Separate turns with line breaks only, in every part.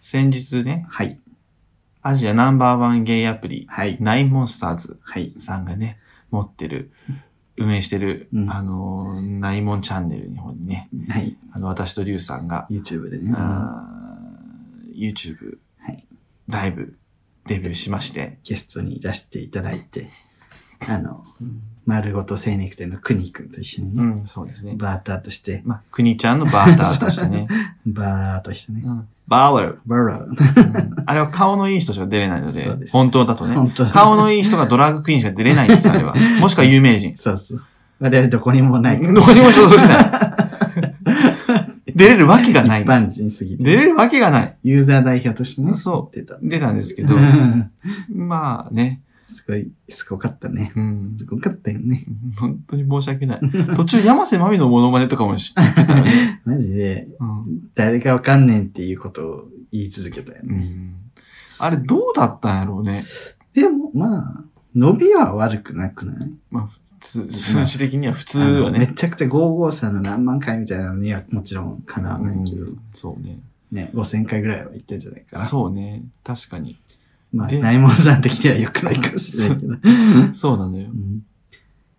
先日ね、
はい。
アジアナンバーワンゲイアプリ、
はい。
ナインモンスターズ
はい。
さんがね、持ってる、運営してる、
うん
あのー、ナイモンチャンネルの方にね、
はい。
あの、私とリュウさんが、
YouTube でね。は
あー YouTube、
い。
ライブ、デビューしまして、
ゲストに出していただいて、あの、丸ごと精肉店のくにくんと一緒に
う
ね、
ん、そうですね。
バーターとして、
まあ、くにちゃんのバーターとして ね、
バーラーとしてね
う、ん、バーラー。
バーラー。
うんあれは顔のいい人しか出れないので、
そうです
本当だとね。
本当
顔のいい人がドラァグクイーンしか出れないんです、あれは。もしくは有名人。
そうそう。我々どこにもないか ら
どこにも所属しない。出れるわけがない
一
んです
般人すぎ
出
て。
れるわけがない。
ユーザー代表としてね、
そう
出た。
出たんですけど、まあね、
すごい、すごかったね。
うん
す、ごかったよね。
本当に申し訳 ない。途中、山瀬まみのモノマネとかも知って たよね。
マジで、
うん
誰かわかんねんっていうことを言い続けたよ
う
ね。
んあれ、どうだったんやろうね。
でも、まあ、伸びは悪くなくない
数数字的には普通は
あのめ
ね。
ちゃくちゃ553の何万回みたいなのにはもちろんかなわないけど、
うんそうね。
ね、5000回ぐらいは行ってんじゃないかな。
そうね。確かに。
まあ、
で
内門さん的には良くないかもしれないけど。
そうなのよ
う。ん。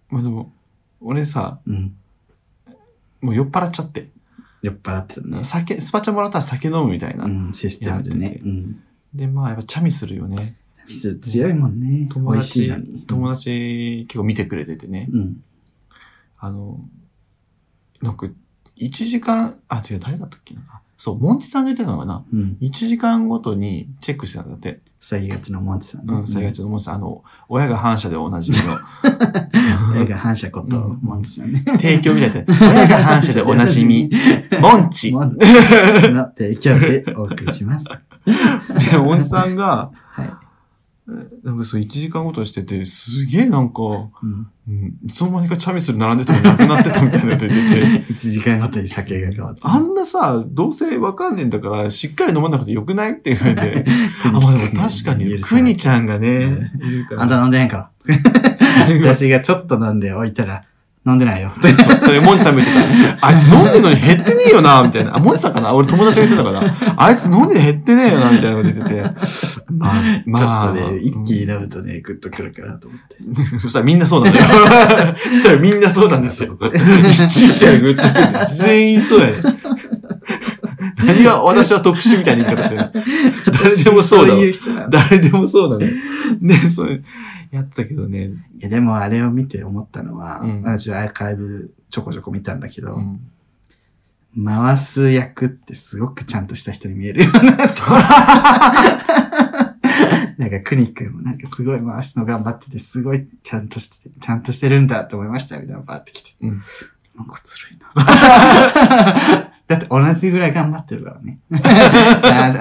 まあでも、俺さ、
うん。
もう酔っ払っちゃって。
酔っ払ってたね。
酒、スパチャもらったら酒飲むみたいな。
うん、システムで
やっ
ね
て。て
うん。
で、まあやっぱチャミするよね。
ミス強いもんね。
友
美味しい
達
のに。、
友達結構見てくれててね。
うん。
あの、なんか、1時間、あ、違う、誰だったっけな。そう、モンチさんが言ってたのかな。
うん。
1時間ごとにチェックしてたんだって。
塞ぎがちのモンチさんね。
うん、最がちのモンチさん。あの、親が反射でおなじみ の。
映画反射こと、
うん
モンチさんね。
提供みたいな。親が反射でおなじ み、モン チ。
モンチの提供でお送りします。
で、モンチさんが、
はい。
なんかそう、1時間ごとにしてて、すげえなんか、
うん。
うん、いつの間にかチャミスル並んでたのなくなってたみたいなこと言ってて、
1時間ごとに酒が変わって。
あんなさ、どうせわかんねえんだから、しっかり飲まなくてよくないって言われて、あ、まあでも確かに、くにちゃんがね、いるか
あんた
ら。
飲んでないから。 私がちょっと飲んでおいたら、飲んでないよ。
そうそれ、モンジさん見てた。あいつ飲んでるのに減ってねえよな、みたいな。あ、モンジさんかな俺友達が言ってたから。あいつ飲んで減ってねえよな、みたいなこと言ってて。まあ、まあ。
ちょっとね、一気に飲むとね、グッとくるかなと思って。
そしたらみんなそうなんだよ。 そしたらみんなそうなんですよ。一気にグッとくる全員そうやね。 何が、私は特殊みたいな言い方してる。誰でもそうだわ
私いう人なんだ。
誰でもそうなのよ。ね、そういう、やってたけどね。
いや、でもあれを見て思ったのは、
うん
私はアーカイブちょこちょこ見たんだけど、
うん
回す役ってすごくちゃんとした人に見えるよな と。なんか、クニックもなんかすごい回すの頑張ってて、すごいちゃんとして、ちゃんとしてるんだと思いましたみたいなのバーってきて。
うん
なんかずるいな。 だって同じぐらい頑張ってるからね。あ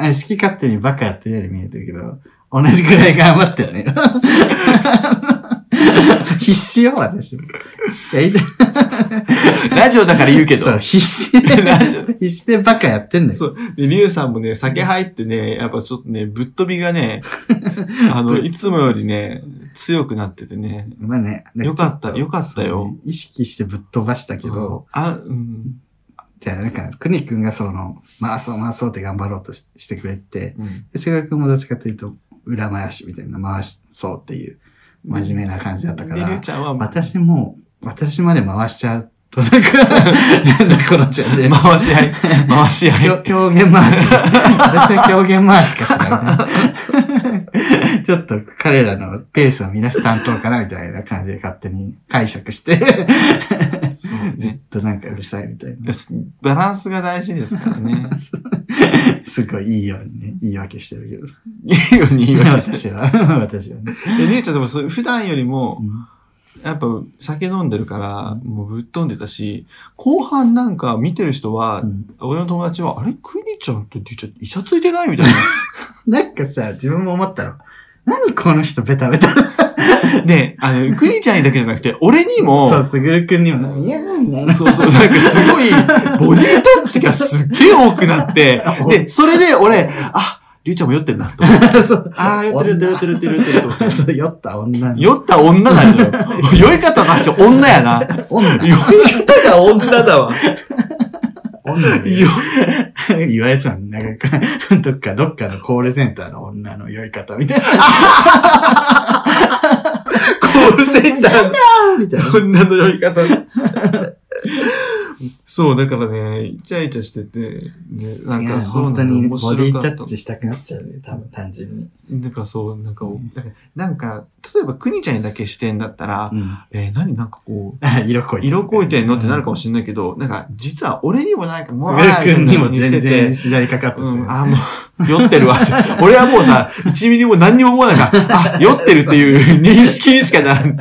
あれ好き勝手にバカやってるように見えてるけど、同じぐらい頑張っ てるね。必死よ、私。や りたい
ラジオだから言うけど。
そう、必死で
ラジオ、
必死でバカやってんだよ。
そう。で、リュウさんもね、酒入ってね、やっぱちょっとね、ぶっ飛びがね、あの、いつもよりね、強くなっててね。
まあね。
よかった
ちょと
よかったよ
そうね意識してぶっ飛ばしたけ
うん
ど、
あ、うん。
じゃあなんか、くにくんがその、回そう回そうって頑張ろうとししてくれて、
うん
で、せがくんもどっちかというと、裏回しみたいな、回しそうっていう、真面目な感じだったか
で、りゅう
ら、
ちゃんは、
私も、私まで回しちゃうと、なんか、 なんだこのチャンネル。
回し合い、回し合い。
狂狂言 回し。私は狂言回しかしない、 ね。ちょっと彼らのペースを乱す担当かなみたいな感じで勝手に解釈して、
そう
ずっ
ね。
となんかうるさいみたい な。
バランスが大事ですからね。
すごいいいようにね、言い訳してる
いいように
け
言い
ど。
訳して。
私は、 私はね。
でりゅうちゃんでもそう普段よりも
う、ん
やっぱ酒飲んでるから、もうぶっ飛んでたし、後半なんか見てる人は
う、ん
俺の友達は、あれクニちゃんとりゅうちゃん、イチャついてないみたいな。
なんかさ、自分も思ったの。何この人ベタベタ。
ね、あの、クニちゃんにだけじゃなくて、俺にも、
そう、すぐるくんにも、いやーみたいな。
そうそう、なんかすごい、ボディタッチがすっげえ多くな って、で、それで俺、あ、りゅうちゃんも酔ってんな、と思って。
そう、
ああ、酔ってる酔ってる酔ってる酔ってる酔ってると思って。
そう酔った女 の。
酔った女なのよ。酔い方の人、女や な。
女
酔い方が女だわ。
女
酔
よ 言われてたの、なんか、 どっか、どっかのコールセンターの女の酔い方みたいな。
コールセンターの
みたいな。
女の酔い方。そう、だからね、イチャイチャしてて、ね、なん
違う
かそう
本当
なの
に
面
ボデ
白
ィ
か
タ
った
ッチしたくなっちゃうね、多分単純に。
なんかそう、なんか、
うん
なんか、なんか例えば、くにちゃんにだけ視点だったら、
うん。
えー、何なんかこう、
色濃い。
色こいてんのってなるかも
し
しれないけど、なんか、実は俺にもなんか、も
すぐるくんにも
して
全
て
然次第かかってて。
うん、あーもう、酔ってるわ って。俺はもうさ、1ミリも何にも思わなかった。あ、酔ってるっていう認識にしかならん。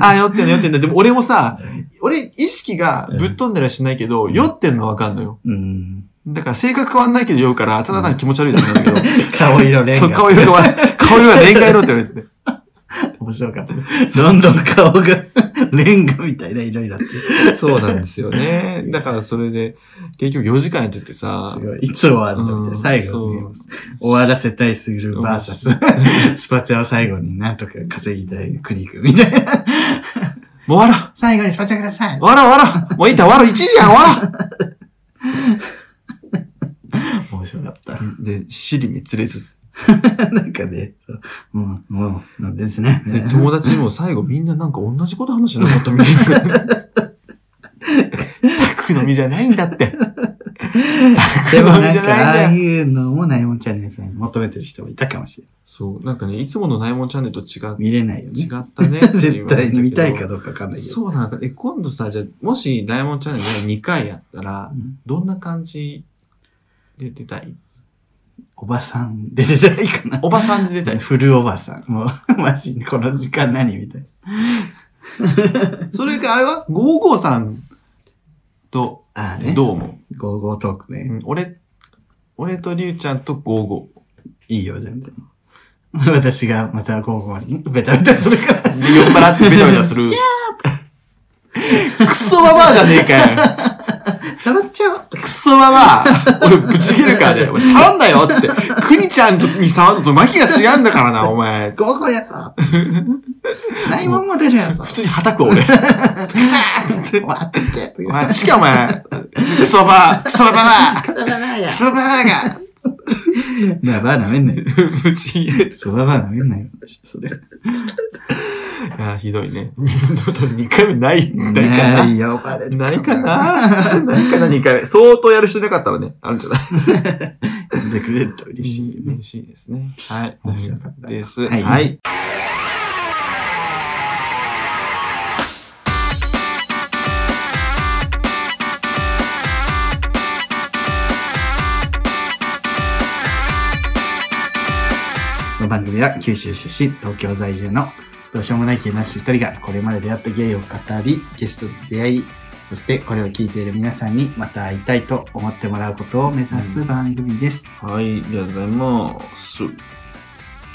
あー、酔ってんだ、酔ってんだ。でも俺もさ、俺、意識がぶっ飛んだりはしないけど、酔ってんのはわかんのよ。
うん。
だから性格変わんないけど酔うから、ただ単に気持ち悪いだけなんだけど、
顔色レン
そう、
ガ。
顔色が悪い、顔色が恋愛色って言われてて。
面白かった。どんどん顔が レンガみたいな色になって。
そうなんですよね。 だからそれで、結局4時間やっててさ
す、ごい。いつ終わるんだみたいな。最後
うん
に終わらせたいするバーサス、スパチャを最後になんとか稼ぎたいクリックみたいな。
もう終わろう
最後にスパチャください
終わろう終わろうもういいんだ終わろう !1 時や終わろう
面白かった。
で、尻滅裂。
なんかね、そうもう、もう、なんですね。
で、友達にも最後みんななんか同じこと話しなかったみたいな。タクの実じゃないんだって。タ
で
ク
も
の実
なん
じゃ
か、あ
な
あ
いんだよ。
いうのもナイモンチャンネルさんに求めてる人もいたかもしれない。
そう、なんかね、いつものナイモンチャンネルと違 う、
見れないよ
違
ね。
ったね。
絶対に見たいか。どうかわかんないけど。
そうなんだ。え、今度さ、じゃあもしナイモンチャンネル2回やったら
う、ん
どんな感じで出たい
おばさんで出てないかな。
おばさんで出たい。
フルおばさん。もう、マジにこの時間何みたいな。
それか、あれはゴーゴーさんと、
ああね。
どう思
うゴーゴートークね。
う、うん俺、俺とりゅうちゃんとゴーゴー。
いいよ、全然。私がまた午後にベタベタす るから。
で、酔っ払ってベタベタする。クソババアじゃねえかよ。
さらっちゃう。
クソババア。俺、ぶち切るからね。お前、触んなよっつって。くにちゃんとに触るのと、マキが違うんだからな、お前。
午後 やぞ。ないもんも出るやぞ。
普通に叩く わ、俺。カーッつって。
わっつけ。
お前、マジか、お前。クソババア。クソババア。
くそばばや
ク。ソババアが。
ばばなめんなよ。
ぶち切れる。
くそばばなめんなよ。私それ。
あーひどいね。2回目ない、ないかな。
ないよ、バレる。
ないかなないかな ?2 回目。相当やる人いなかったらね、あるんじゃない
呼んでくれると嬉しいね
嬉。しいですね。はい。
面白かった
です。は。
はいいこの番組は九州出身、東京在住のどうしようもない系なし2人がこれまで出会った芸を語り、ゲストと出会い、そしてこれを聞いている皆さんにまた会いたいと思ってもらうことを目指す番組です。
はい、じゃあございます。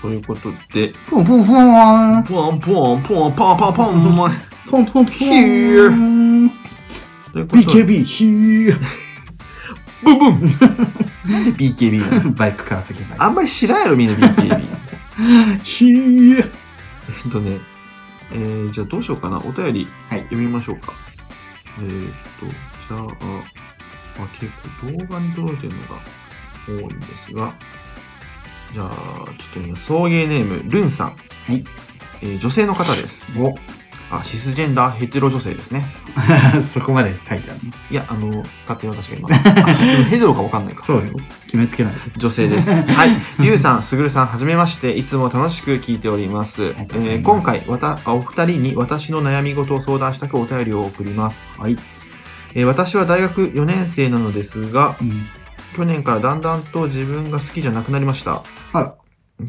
ということで、
ポンポンポン
ポンポンポンパンパンパンポン
ポンポンポン
Here ということで、
BKB! ヒュ
ブンブンなんで BKB なの
ー バイク川崎バイク。
あんまり知らんやろ、みんな BKB。
ヒュー
えっとね、えー、じゃあどうしようかな。お便り
はい
読みましょうか。えー、っと、じゃあ、あ結構動画に届いてるのが多いんですが、じゃあ、ちょっと今、送迎ネーム、ルンさん。
い
えー女性の方です。
お
あ、シスジェンダーヘテロ女性ですね。
そこまで書いてあるの
いや、あの、勝手に私が今。あでもヘテロかわかんないか。
そうよ。決めつけないで。
女性 です。はい。ゆうさん、すぐるさん、はじめまして。いつも楽しく聞いております。
りがとうご
え
ざいます
ー今回わた、あお二人に私の悩み事を相談したくお便りを送ります。
はい。
えー私は大学4年生なのですが、
うん。
去年からだんだんと自分が好きじゃなくなりました。
あら。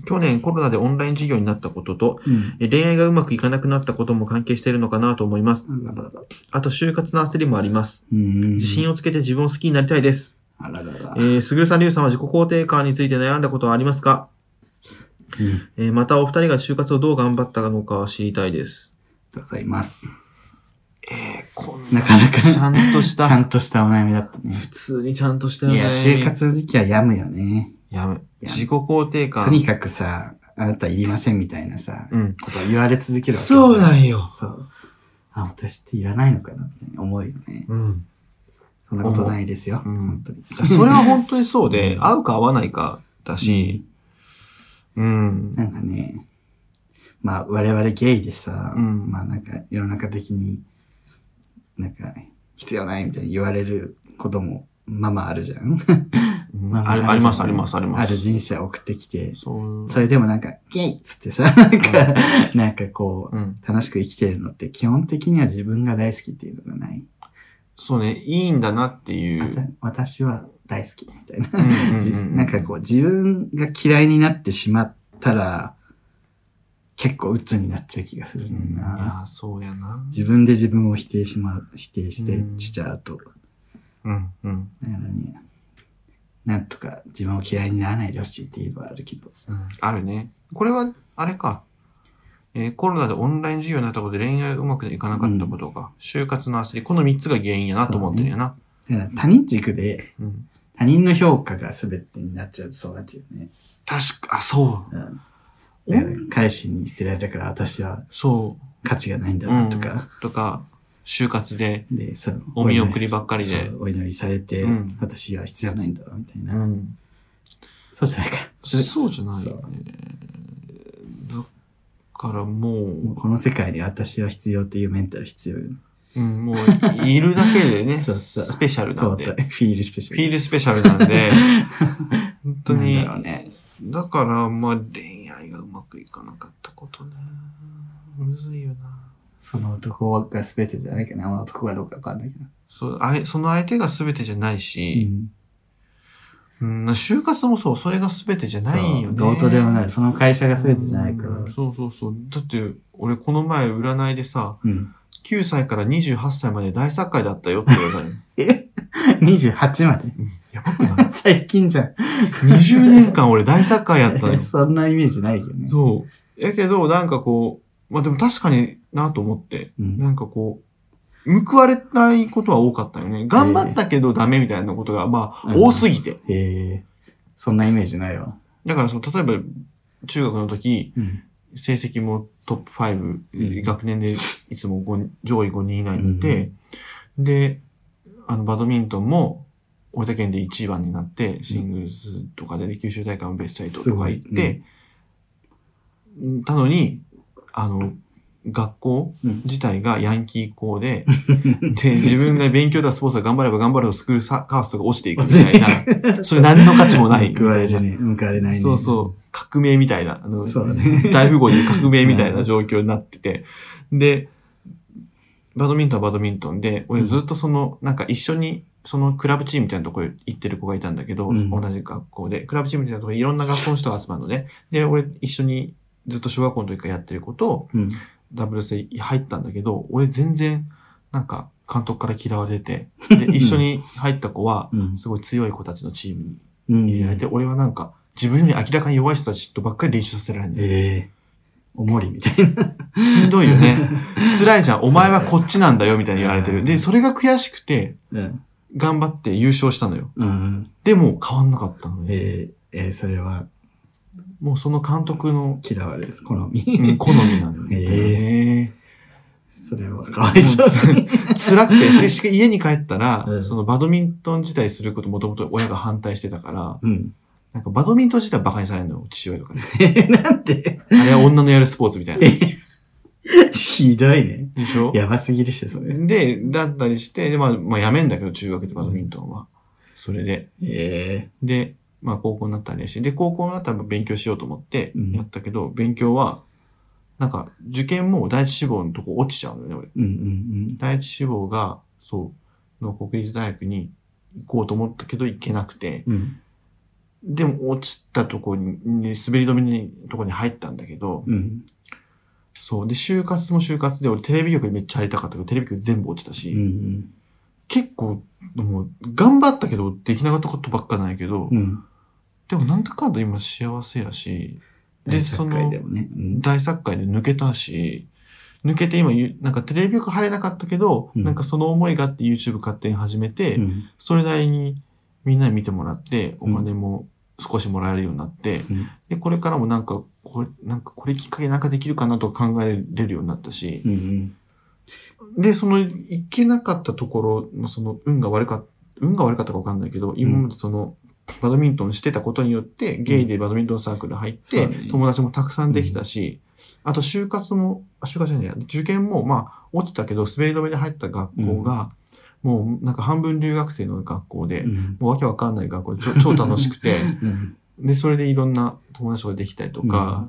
去年コロナでオンライン授業になったことと、
うん。
えー恋愛がうまくいかなくなったことも関係しているのかなと思います。
あららら。
あと、就活の焦りもあります。
うん。
自信をつけて自分を好きになりたいです。
あららら
え。ー、すぐるさん、りゅうさんは自己肯定感について悩んだことはありますか
うん
えーまたお二人が就活をどう頑張ったのか知りたいです。
ありがとうございます。
こん
なかなか
ちゃんとし
ちゃ
た。
んとしたお悩みだったね。
普通にちゃんとしたよ
い
ね。
や、就活時期は病むよね。
やめ。自己肯定感。
とにかくさ、あなたいりませんみたいなさ、
うん。
ことを言われ続けるわけじゃん
そうなんよ。
そう。あ、私っていらないのかなって思うよね。
うん。
そんなことないですよ。
うん
本当に。
それは本当にそうで
う、ん
合うか合わないかだし、うん。
なんかね、まあ我々ゲイでさ、
うん
まあなんか世の中的に、なんか必要ないみたいに言われることもまあまああるじゃん。
うん
ま
あり
ま
ありま
じ
す、
ゃん
あります、ありま
ある
す。
人生を送ってきて、
そう。
それでもなんか、ゲイっつってさ、なんか、なんかこ
うん。
う、楽しく生きてるのって基本的には自分が大好きっていうのがない。
そうね、いいんだなっていう
わ。た私は大好きみたいな。
うんうんうん
じなんかこう自分が嫌いになってしまったら結構鬱になっちゃう気がするねん
い
な。
やー、そうやな。
自分で自分を否定しまう、否定して
うん
しちゃうと。だか
うん、うん。
らね、なんとか自分を嫌いにならないでほしいっていうのはあるけど。
うんあるね。これは、あれか。えーコロナでオンライン授業になったことで恋愛がうまくいかなかったことか、就活の焦り、この3つが原因やなと思ってるよな。
だから他人軸で
うん
他人の評価が全てになっちゃうとそうなっちゃうよね。
確か、あ、そう
うん
う
だから
ん。
彼氏に捨てられたから私は
そ
価値がないん
う。
だ
うん
なとか。。
とか、就活で、
で、その
お見送りばっかり
そ
で。
うお祈りされて、
うん
私は必要ないんだろうみたいな、
ん。
そうじゃないか
そうじゃない
そ
よ
う
ね。だからも
もう
う、
この世界に私は必要っていうメンタル必要よ、ね、
うん、もう、いるだけで ね、
そうそう
スペシャルなん
尊
で。
い
フ
フィールスペシャル
ィールスペシャルなん で、本当
なん
に
だ、ろうね
だから、まあ、恋愛がうまくいかなかったことね。むずいよな。
その男が全てじゃないかなあの男がどうかわかんないけど、
そう、あいその相手が全てじゃないし、
ん、
うん、就活もそう、それが全てじゃないよね。
そうどうとでもないその会社が全てじゃないから
うんそうそうそう。だって、俺この前占いでさ、
うん、
9歳から28歳まで大作家だったよって言われた の。
え28まで
やばくない
最近じゃん。
?20 年間俺大作家やったのよ
そんなイメージないよね
そう。やけど、なんかこう、まあでも確かになと思って、
うん
なんかこう、報われないことは多かったよね。頑張ったけどダメみたいなことが、まあ、
うん
多すぎて。
へえそんなイメージないわ、
だから、その、例えば、中学の時、
うん
成績もトップ5、
うん
学年でいつも五人上位5人以内にいて、で、あの、バドミントンも、大分県で1番になって、シングルスとかで、九州大会もベスト8とか行って、たのに、あの、学校
うん
自体がヤンキー校 で、で、自分が勉強だスポーツが頑張れば頑張るほどスクールサカーストが落ちていくみたいな、それ何の価値もない
報われるね報われないね
そうそう、革命みたいな、あの、
そうだね
大富豪に革命みたいな状況になって て、で、バドミントンはバドミントンで、俺ずっとその、なんか一緒に、そのクラブチームみたいなところ行ってる子がいたんだけど、
うん
同じ学校で、クラブチームみたいなところにいろんな学校の人が集まるのね。で、俺一緒にずっと小学校の時からやってる子と、
うん
ダブルスに入ったんだけど、俺全然、なんか監督から嫌われてて、 で、一緒に入った子は、
うん
すごい強い子たちのチームに
うん
入れられて、俺はなんか、自分より明らかに弱い人たちとばっかり練習させられるんだよ。
ええおもりみたいな。
しんどいよね。 辛いじゃん。お前はこっちなんだよ、みたいに言われて
う
る。
ん
で、それが悔しくて、
うん。
頑張って優勝したのよ。
うん。
でも、変わんなかったのね。
ええええそれは
もうその監督 の、
嫌われる。好み。
うん好みなんだよね。
それはかわい そうに。
辛くて、正式に家に帰ったら、
うん
そのバドミントン自体することもともと親が反対してたから、
うん。
なんかバドミントン自体バカにされるのよ、父親とかに。
え えなんで
あれは女のやるスポーツみたいな。
ひどいね。
でしょ
やばすぎるっしょ、それ。
で、だったりして、で、まあ、まあ、やめんだけど、中学でバドミントンは。それで。
ええ
で、まあ、高校になったらねし、で、高校になったら勉強しようと思って
うん、
やったけど、勉強は、なんか、受験も第一志望のとこ落ちちゃうのよね、俺。
うんうん
第一志望が、そう、の国立大学に行こうと思ったけど、行けなくて、
うん。うん。
でも、落ちたとこに、に滑り止めのとこに入ったんだけど、
うん。
そう。で、就活も就活で、俺テレビ局にめっちゃ入りたかったけど、テレビ局全部落ちたし、
うん。
結構、もう、頑張ったけど、できなかったことばっかなんやけど、
うん。
でもなんだかんだ今幸せやし、で、その、
でもね。うん。
大作会で抜けたし、抜けて今ゆ、なんかテレビ局入れなかったけど、
うん
なんかその思いがあって YouTube 勝手に始めて、
うん。
それなりにみんなに見てもらって、お
うん
金も少しもらえるようになって、
うん
で、これからもなんか、これ、なんかこれきっかけなんかできるかなと考えれるようになったし、
うん。
で、その、行けなかったところの、その、運が悪かっ運が悪かったかわかんないけど、今までその、バドミントンしてたことによって、ゲイでバドミントンサークル入っ
そ
て、
うだね
友達もたくさんできたし、あと就活も、あ就活じゃないや、受験も、まあ、落ちたけど、滑り止めで入った学校が、もうなんか半分留学生の学校で、
うん
もうわけわかんない学校でちょ超楽しく て、
うん
で、それでいろんな友達ができたりとか、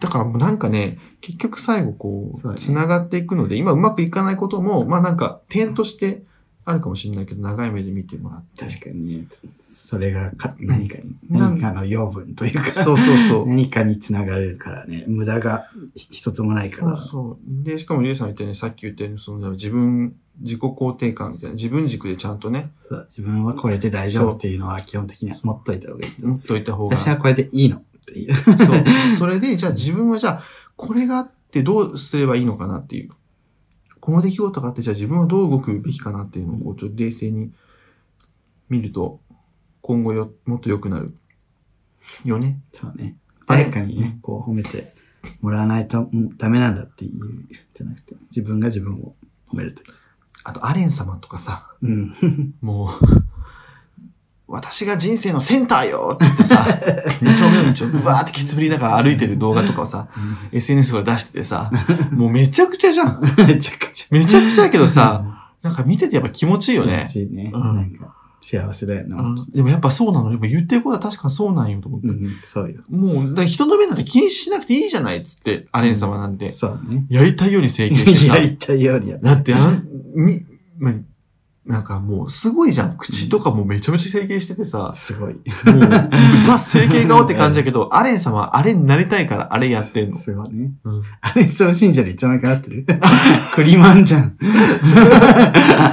だからもうなんかね、結局最後こ
そうだ
う、
ね
繋がっていくので、今うまくいかないことも、まあなんか点としてあるかもしれないけど、長い目で見てもらって。
確かにね、それがか
うん
何かに、
なん
何かの養分というか、
そうそう そう。
何かにつながれるからね、無駄が一つもないか
そ
ら。
うそう。で、しかもリュウさんみたいにさっき言ったように、その自分、自己肯定感みたいな、自分軸でちゃんとね、
そう自分はこれで大丈夫っていうのは基本的には持っといた方がいいと。
持っといた方が。
私はこれでいいのっていう。
そう。それで、じゃあ自分はじゃあ、これがあってどうすればいいのかなっていう。この出来事があって、じゃあ自分はどう動くべきかなっていうのを、こう、ちょっと冷静に見ると、今後よ、もっと良くなる。よね。
そうね。
あれ
誰かにね、こう褒めてもらわないとうんダメなんだっていうじゃなくて、自分が自分を褒めるとい
あと、アレン様とかさ、
う。うん。
もう、私が人生のセンターよって言ってさ、二丁目の道をうわーってケツぶりながら歩いてる動画とかをさ、SNS とか出しててさ、もうめちゃくちゃじゃん。
めちゃくちゃ。
めちゃくちゃやけどさ、
あ、
なんか見ててやっぱ気持ちいいよね。
気持ちいいね。
うん
なんか、幸せだよな。
うんでもやっぱそうなの。やっぱ言ってることは確かにそうなんよと思って。
うん、そうよ。
もう、だから人の目なんて気にしなくていいじゃないっつって、アレン様なんて。
そうね。
や りたいように請求してさ
や。りたいようにやる。
だってあん、に、ま、なんかもうすごいじゃん。口とかもめちゃめちゃ整形しててさ、
すごい。
もう、ザ整形顔って感じだけど、アレン様はあれになりたいからあれやってんの。
すごいね。
うん
アレスを信者でいつの間にかなってる クリマンじゃ ん。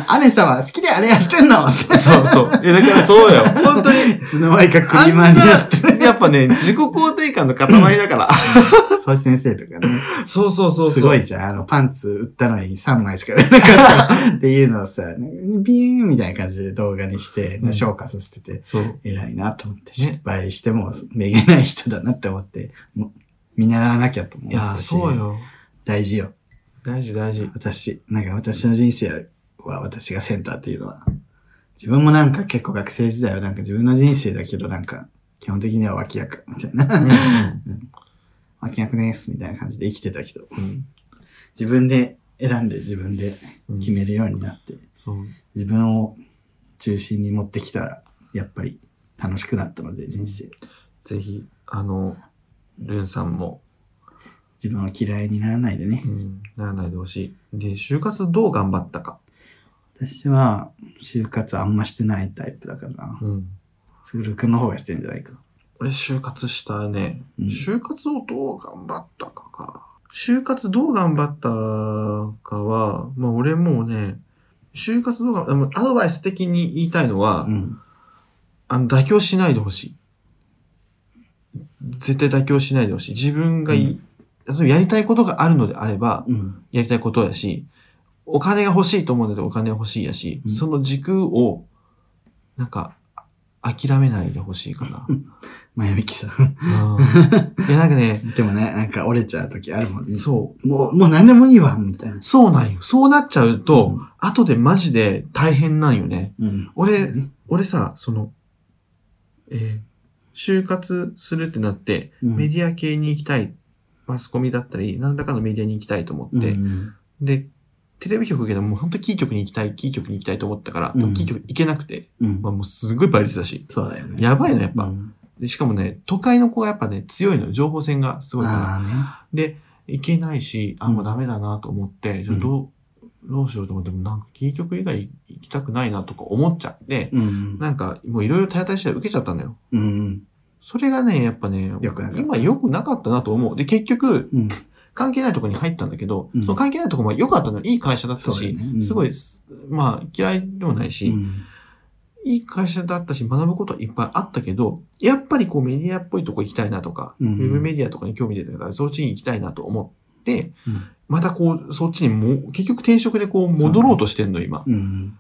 アレ様好きであれやってんのって
そうそう。え、だからそうよ。本当に。
いつの間にかク
あ
リ
ん
マンになっ
な、やっぱね、自己肯定感の塊だから。
た。そう先生とかね。
そうそうそうそう。
すごいじゃん。あの、パンツ売ったのに3枚しか売れなかったっていうのをさ、なんかビーンみたいな感じで動画にして、
うん
消化させてて、
そう。
偉いなと思って、
ね
失敗してもめげない人だなって思って、もう見習わなきゃと思
いや
っ、たし、
そうよ。
大事よ。
大事大事。
私、なんか私の人生は私がセンターっていうのは、自分もなんか結構学生時代はなんか自分の人生だけどなんか、基本的には脇役みたいな。脇役ですみたいな感じで生きてたけど、
うん
自分で選んで自分で
うん
決めるようになって、
そう
自分を中心に持ってきたら、やっぱり楽しくなったので人生。
ぜひ、あの、ルンさんも、
自分を嫌いにならないでね
う。ん、ならないでほしい。で、就活どう頑張ったか。
私は、就活あんましてないタイプだからな。
うん。
すぐるくんの方がしてんじゃないか。
俺、就活したね。
うん
就活をどう頑張ったかか。就活どう頑張ったかは、まあ俺もうね、就活どうが、でもアドバイス的に言いたいのは、
うん。
あの、妥協しないでほしい。絶対妥協しないでほしい。自分がい、例えばやりたいことがあるのであれば、
うん。
やりたいことやし、お金が欲しいと思うんだけどお金欲しいやし、
うん
その軸を、なんか、あ諦めないでほしいか な。
前向きさん。
うんいや、なんかね、
でもね、なんか折れちゃう時あるもんね。
そう。
もう、もう何でもいいわ、みたいな。
そうなんよ。そうなっちゃうと、
うん
後でマジで大変なんよね。
うん。
俺
そうね
俺さ、その、えー就活するってなって、
うん
メディア系に行きたい、マスコミだったり、何らかのメディアに行きたいと思って、
うん
で、テレビ局けど、もう本当キー局に行きたい、キー局に行きたいと思ったから、でも
うん
キー局行けなくて、
うん
まあもうすごい倍率だし、
そうだよね。
やばいのやっぱ。
うん
でしかもね、都会の子はやっぱね、強いのよ、情報戦がすごいから。
あ
で、行けないし、あ、
うん
もうダメだなと思って、じゃあどう、どうしようと思っても、なんかキー局以外行きたくないなとか思っちゃって
ー、ね。うん。
なんかもういろいろ手当たり次第受けちゃったんだよ。
うん。
それがね、やっぱね、
良くなかった
今良くなかったなと思う。で、結局、
うん。
関係ないとこに入ったんだけど、
うん
その関係ないとこも良かったのよいい会社だったし、すご
い
いす、まあ嫌いでもないし、
うん。
いい会社だったし、学ぶことはいっぱいあったけど、やっぱりこうメディアっぽいとこ行きたいなとか、
うん
ウェブメディアとかに興味出てたから、そっちに行きたいなと思って、
うん
またこう、そっちにも、結局転職でこう戻ろうとしてんの、今。
うん。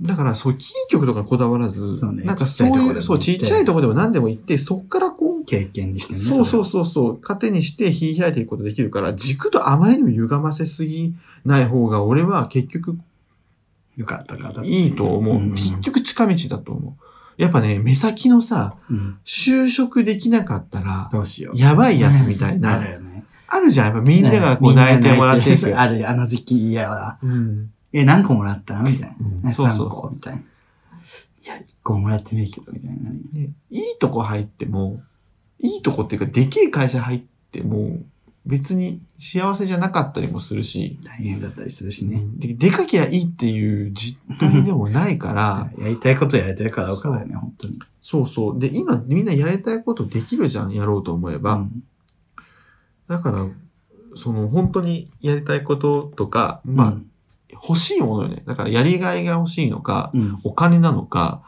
だから、そう、キー局とかにこだわらず、
そうね
なんかそう
ちっちゃいとこ
い
ろでも行っ
う、
て
そう、ちっちゃいとこでも何でも行って、そっからこう、
経験にしてね。
そうそう
そ
そうそう。糧にして火開いていくことできるから、軸とあまりにも歪ませすぎない方が、俺は結局、
よかったかな。
いいと思う。
ん
結局近道だと思う。やっぱね、目先のさ、
うん
就職できなかったら、
どうしよう。
やばいやつみたいな。
あるよね。
あるじゃん。やっぱみんながこう泣いてもらって
る
る
やつある、あの時期嫌だ。
うん。
え、何個もらったみたい
うん
な。
そう
三
そう
個
そ
みたいな。いや、1個もらってねえけど、みたいな。
う、ね。いいとこ入っても、いいとこっていうか、でけえ会社入っても、別に幸せじゃなかったりもするし、
大変だったりするしね。
ででかきゃいいっていう実態でもないから、
やりたいことやりたいからおからね、本当に。
そうそう。で、今みんなやりたいことできるじゃん、やろうと思えば。
うん
だから、その本当にやりたいこととか、まあ、欲しいものよね。だからやりがいが欲しいのか、
うん、
お金なのか、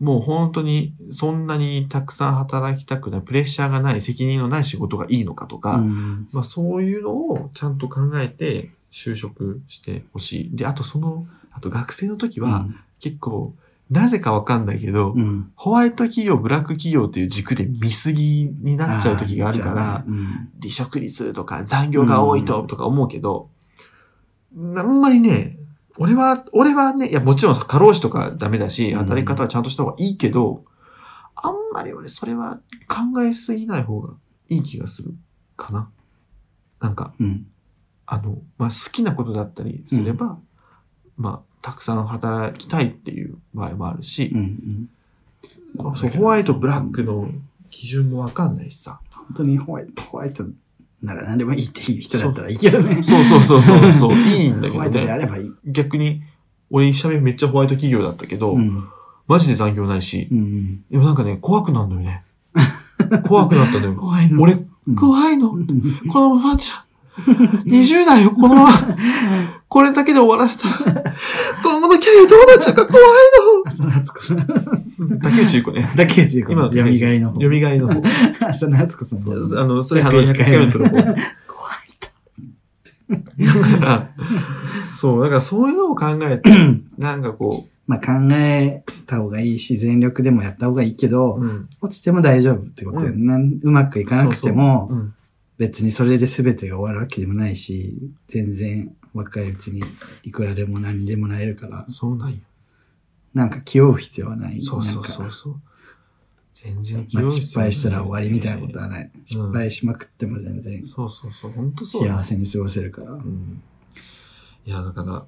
もう本当にそんなにたくさん働きたくない、プレッシャーがない、責任のない仕事がいいのかとか、
うん
まあそういうのをちゃんと考えて就職してほしい。で、あとその、あと学生の時は結構、なぜかわかんないけど、
うん、
ホワイト企業、ブラック企業っていう軸で見すぎになっちゃう時があるから、
うん
離職率とか残業が多いととか思うけど、あんまりね、俺は、俺はね、いやもちろん過労死とかダメだし、
うん
働き方はちゃんとした方がいいけど、あんまり俺それは考えすぎない方がいい気がするかな。なんか、
うん
あの、まあ、好きなことだったりすれば、まあ、たくさん働きたいっていう場合もあるし、
うんうん
そう、ホワイト、ブラックの基準もわかんないしさ。
本当にホワイト、ホワイトなら何でもいいっていう人だったらいいけどね。
そうそうそうそう そう、いいんだけ
ホ
ど
ワイトであ
ね。
ればいい。
逆に、俺一社目めっちゃホワイト企業だったけど、
うん
マジで残業ないし、
うん
でもなんかね、怖くなるのよね。怖くなったのよ。
怖いの。
俺、
うん、
怖いの
う。ん
このままじゃ。20代よ、このまま。これだけで終わらせたら、今後のキャリアどうなっちゃうか怖い
浅野敦子さん。
の。竹内ゆ子ね。
だけ違う。
今の
読み替えの方
蘇。りの方。
浅野敦子さんどうぞ。
あの、それ、あの、100回目のとこ。
怖いと。
だから、 そう、だからそういうのを考えて、 なんかこ
まあ考えた方がいいし、全力でもやった方がいいけ
う、
ど、
うん。
落ちても大丈夫ってことよ。
う
なんうまくいかなくても、
うん
別にそれで全てが終わるわけでもないし、全然若いうちにいくらでも何でもなれるから、
そうなんよ。
なんか気負う必要はない。
そうそうそ
なん
う
か
そう。全然
まあ失敗したら終わりみたいなことは
ね。
ない。失敗しまくっても全然
そうそうそう、本当そうだ。
幸せに過ごせるから、
うん。いや、だから、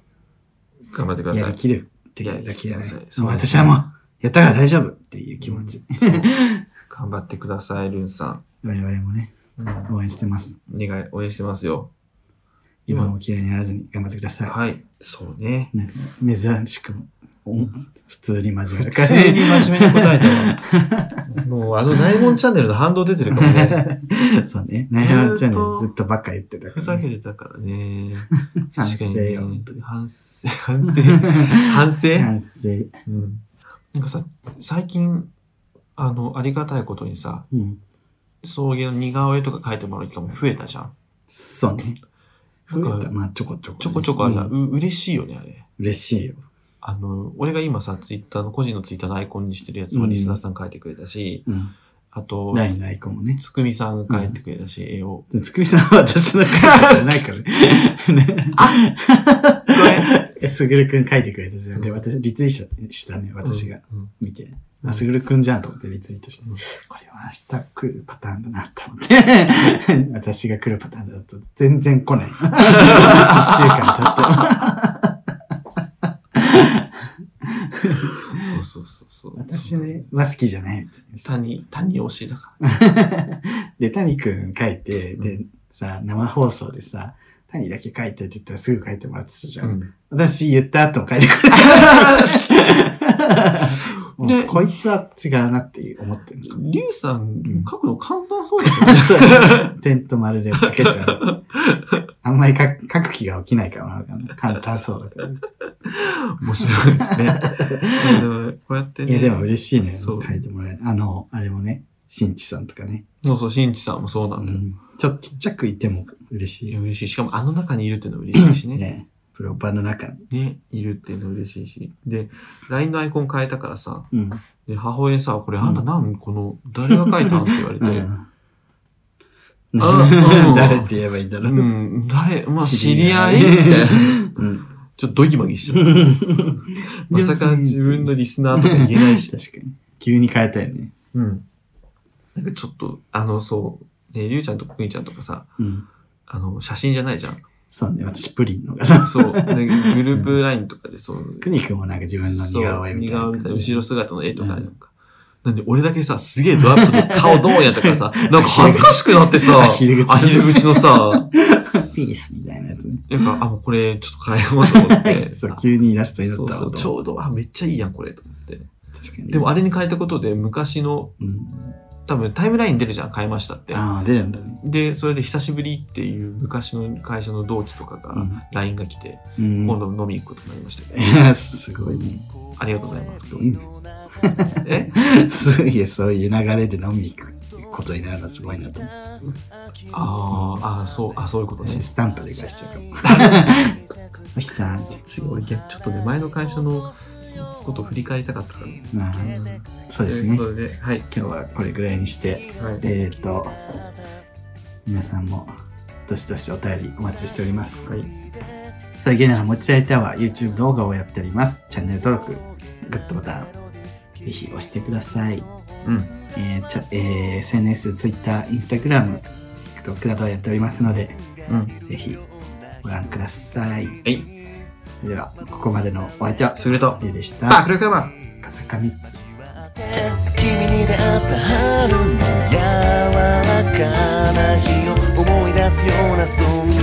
頑張ってくだ
や
さ
り
い。
きるっていうだけやね
やりきってください。
もう私はもう、やったから大丈夫っていう気持ち。
頑張ってください、ルンさ
我々もね、
ん。うん、
応援してます。
お願い、応援してますよ。
自分を嫌いにならずに頑張ってください。
はい、そうね。
ね珍しくも、お普通に真面目だ
普
から。
通に真面目に答えたわ。もう、あの、ナイモンチャンネルの反動出てるからね。
そうね。悩んじ
ずー
ゃ
っ
ね
と
ずっとばっか言ってたか
ふ
ら
ざ
ね、
けてたからね。
反省よ
確
本
か
当
に
に
ね反省、反 省、反省
反省。
うん。なんかさ、最近、あの、ありがたいことにさ、
うん。
送迎の似顔絵とか書いてもらう機会も増えたじゃん。
そうね。増えた。まあ、ちょこちょこね、
ちょこちょこあるじゃん。
うん
う嬉しいよね、あれ。
嬉しいよ。
あの、俺が今さ、ツイッターの、個人のツイッターのアイコンにしてるやつ
う
も
ん
リスナーさん書いてくれたし、
うん。
あと、
LINE のアイコンもね。
つくみさんが書いてくれたし、絵を。
でつくみさんは私の書いてないからね。 ね
これ
え、すぐるくん書いてくれたじゃん。で、私、リツイートしたね、私が。
うん
見て。
うん
あ、すぐるくんじゃんと思ってリツイートして。
うん
これは明日来るパターンだなと思って。 私が来るパターンだと全然来ない。一週間経っても。
そうそうそうそう。
私ね、は好きじゃないみたいな。
谷、谷推しだから。
で、谷くん書いて、
う
で、さ、生放送でさ、谷だけ書いてって言ったらすぐ書いてもらってたじゃん。
うん
私言った後も書いてくれた。 も
ね
うこいつは違うなって思ってる。
リュウさん
ん、
書くの簡単そうだ よね。
点と丸で書けちゃう。あんまり書く書く気が起きないからなのかな。簡単そうだから。
面白いですね。あのこうやって
い
ね。
や、でも嬉しいね。
そ
書
う
いてもらえる。あの、あれもね、新地さんとかね。
そうそう、新地さんもそうな
うん
だよ。
ん、ちょっとちっちゃくいても嬉し
い
い
や
よ。
嬉しい。しかもあの中にいるっていうのも嬉しいしね。
ね。プロパンの中に。
ね、いるっていうのも嬉しいし。で、LINE のアイコン変えたからさ、
うん。
で母親にさ、これあんた何この、誰が書いたんって言われ
う
て、
ん
あうん
誰って言えばいいんだろ
う
う。
ん、誰、まあ知
知
り
り
合
合
い
い
みたいな。
うん。
ちょっとドギマギし ちゃった。まさか自分のリスナーとか言えないし。
確かに。急に変えたよね。
うん。なんかちょっと、あの、そう、ね、りゅうちゃんとこくにちゃんとかさ、
うん。
あの、写真じゃないじゃん。
そうね、私プリンのがさ、
そう、 ねグループラインとかでそう、
くにくんもなんか自分の似顔絵みたいな
そう似顔絵み
感
たいな
じ。
後ろ姿の絵とかなんか。なんで、俺だけさ、すげえドアップで顔どうやったからさ、なんか恥ずかしくなって さ、
アヒル口
アヒル口のさ、
ピースみたいなやつね。
なんか、あ、もうこれ、ちょっと変えようと思って。
そう
あ、
急にイラストになった
そうそ
わ。
う、ちょうど、あ、めっちゃいいやん、これ、と思って。
確かに。
でも、あれに変えたことで、昔の、
うん、
多分タイムライン出るじゃん、変えましたって。
ああ、出るんだね。
で、それで久しぶりっていう昔の会社の同期とかから LINE が来て、
うん。
今度飲み行くことになりましたけど、
いや、すごいね。
ありがとうございます。
いいね
え
すげえ、そういう流れで飲み行くことになるのすごいなと思って。
あーあー、そう、あ、そういうことね。
スタンプで返しちゃう かも。おひさんって。
すごいいやちょっとね前の会社のことを振り返りたかったから、ね、
まあ、そうです
とい
ね
う。ことではい、
今日はこれぐらいにして、
はい、
えっ、ー、と、皆さんも、どしどしお便りお待ちしております。
はい。
さあ、ゲネの持ち合いタワー、YouTube 動画をやっております。チャンネル登録、グッドボタン、ぜひ押してください。
うん
えーちゃえー SNS、Twitter、Instagram、TikTok などやっておりますので、
うん
ぜひご覧ください。
はい
では、ここまでのお相手は、
優れた
ゆうでし
あ
た。
黒山
笠上つ
君に出会った春の柔らかな日を思い出すようなそんな